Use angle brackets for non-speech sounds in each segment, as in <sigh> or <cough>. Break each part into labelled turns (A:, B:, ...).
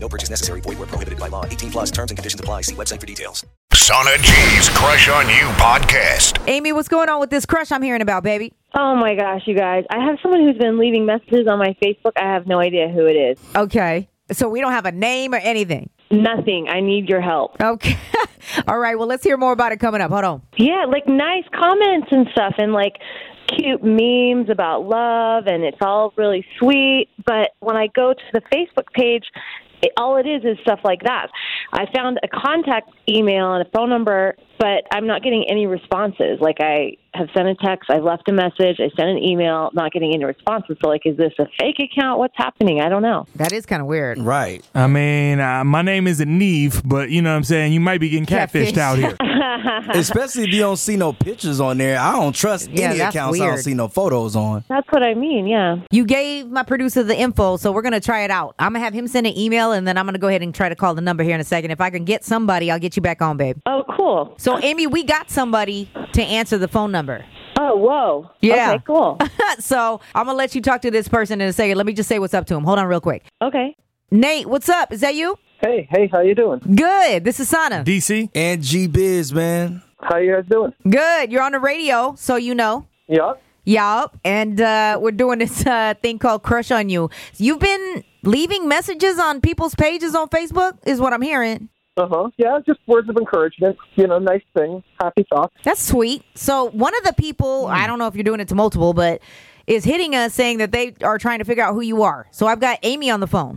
A: No purchase necessary. Void where prohibited by law. 18 plus terms and conditions apply. See website for details.
B: Sana G's Crush on You podcast.
C: Amy, what's going on with this crush I'm hearing about, baby?
D: Oh my gosh, you guys. I have someone who's been leaving messages on my Facebook. I have no idea who it is.
C: Okay. So we don't have a name or anything.
D: Nothing. I need your help.
C: Okay. <laughs> All right. Well, let's hear more about it coming up. Hold on.
D: Yeah, like nice comments and stuff and like cute memes about love and it's all really sweet, but when I go to the Facebook page, it, all it is is stuff like that. I found a contact email and a phone number, but I'm not getting any responses. Like I have sent a text, I've left a message, I sent an email, not getting any responses. So like, is this a fake account? What's happening? I don't know.
C: That is kind of weird.
A: Right.
E: I mean, uh, my name isn't Neve, but you know what I'm saying? You might be getting catfished
C: Catfish.
E: out here.
F: Especially if you don't see no pictures on there. I don't trust
C: Yeah,
F: any
C: that's
F: accounts I don't
C: weird.
F: see no photos on.
D: That's what I mean. Yeah.
C: You gave my producer the info, so we're going to try it out. I'm going to have him send an email, and then I'm going to go ahead and try to call the number here in a second. If I can get somebody, I'll get you back on, babe.
D: Oh, cool.
C: So, Amy, we got somebody to answer the phone number.
D: Oh, whoa.
C: Yeah.
D: Okay, cool.
C: so, I'm going to let you talk to this person in a second. Let me just say what's up to him. Hold on, real quick.
D: Okay.
C: Nate, what's up? Is that you?
G: Hey, hey, how you doing?
C: Good. This is Sana.
E: DC?
F: And G Biz, man.
G: How you guys doing?
C: Good. You're on the radio, so you know.
G: Yeah.
C: Yup. And uh, we're doing this uh, thing called Crush on You. You've been leaving messages on people's pages on Facebook, is what I'm hearing.
G: Uh huh. Yeah, just words of encouragement. You know, nice thing, happy thoughts.
C: That's sweet. So, one of the people, I don't know if you're doing it to multiple, but is hitting us saying that they are trying to figure out who you are. So, I've got Amy on the phone.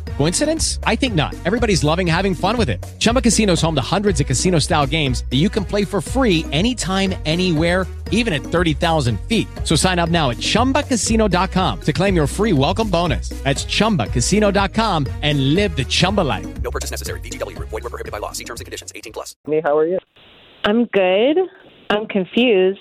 H: Coincidence? I think not. Everybody's loving having fun with it. Chumba Casino is home to hundreds of casino style games that you can play for free anytime, anywhere, even at 30,000 feet. So sign up now at chumbacasino.com to claim your free welcome bonus. That's chumbacasino.com and live the Chumba life.
A: No purchase necessary. VGW Group. Void where prohibited by law. See terms and conditions. 18 plus.
G: Me, how are you?
D: I'm good. I'm confused.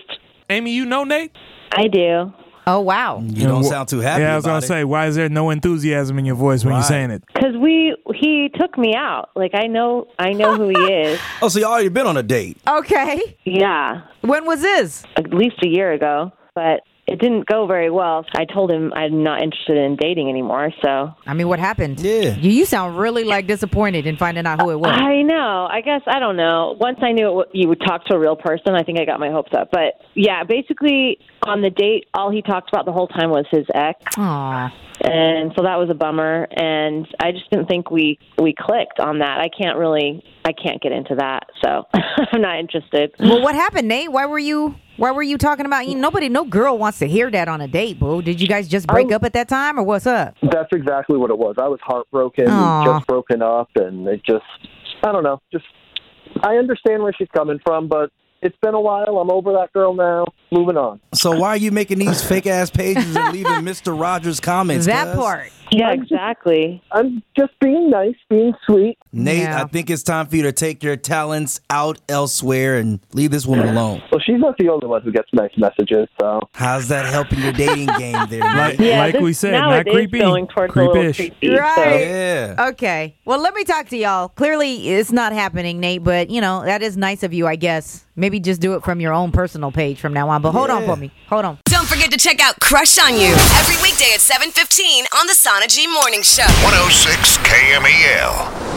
E: Amy, you know Nate?
D: I do.
C: Oh, wow.
F: You don't sound too happy.
E: Yeah, I was
F: about
E: going
F: it.
E: to say, why is there no enthusiasm in your voice when you're
F: Right.
E: saying it?
D: Cause we he took me out. Like I know I know who he is.
F: Oh, so you already been on a date.
C: Okay.
D: Yeah,
C: When was this?
D: at least a year ago, but it didn't go very well. I told him I'm not interested in dating anymore. So
C: I mean, what happened?
F: Yeah.
C: You, you sound really like disappointed in finding out who it <laughs> was.
D: I know. I guess I don't know. Once I knew it, wa- you would talk to a real person, I think I got my hopes up. But yeah, basically on the date, all he talked about the whole time was his ex,
C: Aw.
D: and so that was a bummer. And I just didn't think we we clicked on that. I can't really. I can't get into that. So <laughs> I'm not interested.
C: Well, what happened, Nate? Why were you why were you talking about you nobody no girl wants to hear that on a date, boo. Did you guys just break
F: Oh.
G: I'm-
C: up at that time or what's up?
G: That's exactly what it was. I was heartbroken,
C: Aw.
G: just broken up, and it just, I don't know. Just, I understand where she's coming from, but it's been a while. I'm over that girl now. Moving on.
F: So why are you making these fake ass pages and leaving Mr. Rogers comments?
C: that
F: cuz?
C: part.
D: Yeah, exactly.
G: I'm just being nice, being sweet.
F: Nate,
C: Yeah.
F: I think it's time for you to take your talents out elsewhere and leave this woman alone.
G: Well, she's not the only one who gets nice messages, so
F: How's that helping your dating game there, Nate?
E: Like, like we said,
D: now
E: not
D: it is
E: creepy.
D: Going towards a little
E: Creepish.
D: creepy.
C: Right.
F: Yeah.
C: Okay. Well, let me talk to y'all. Clearly it's not happening, Nate, but you know, that is nice of you, I guess. Maybe just do it from your own personal page from now on. But hold on for me. Hold on.
I: Don't forget to check out Crush on You every weekday at 7:15 on the Sana G Morning Show.
B: 106 KMEL.